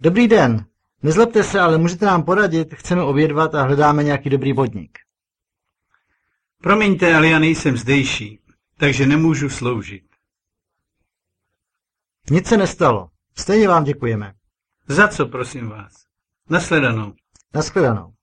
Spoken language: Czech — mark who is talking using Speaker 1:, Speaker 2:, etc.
Speaker 1: Dobrý den, nezlobte se, ale můžete nám poradit, chceme obědvat a hledáme nějaký dobrý podnik.
Speaker 2: Promiňte, ale já nejsem zdejší, takže nemůžu sloužit.
Speaker 1: Nic se nestalo. Stejně vám děkujeme.
Speaker 2: Za co, prosím vás? Nasledanou.
Speaker 1: Naschledanou.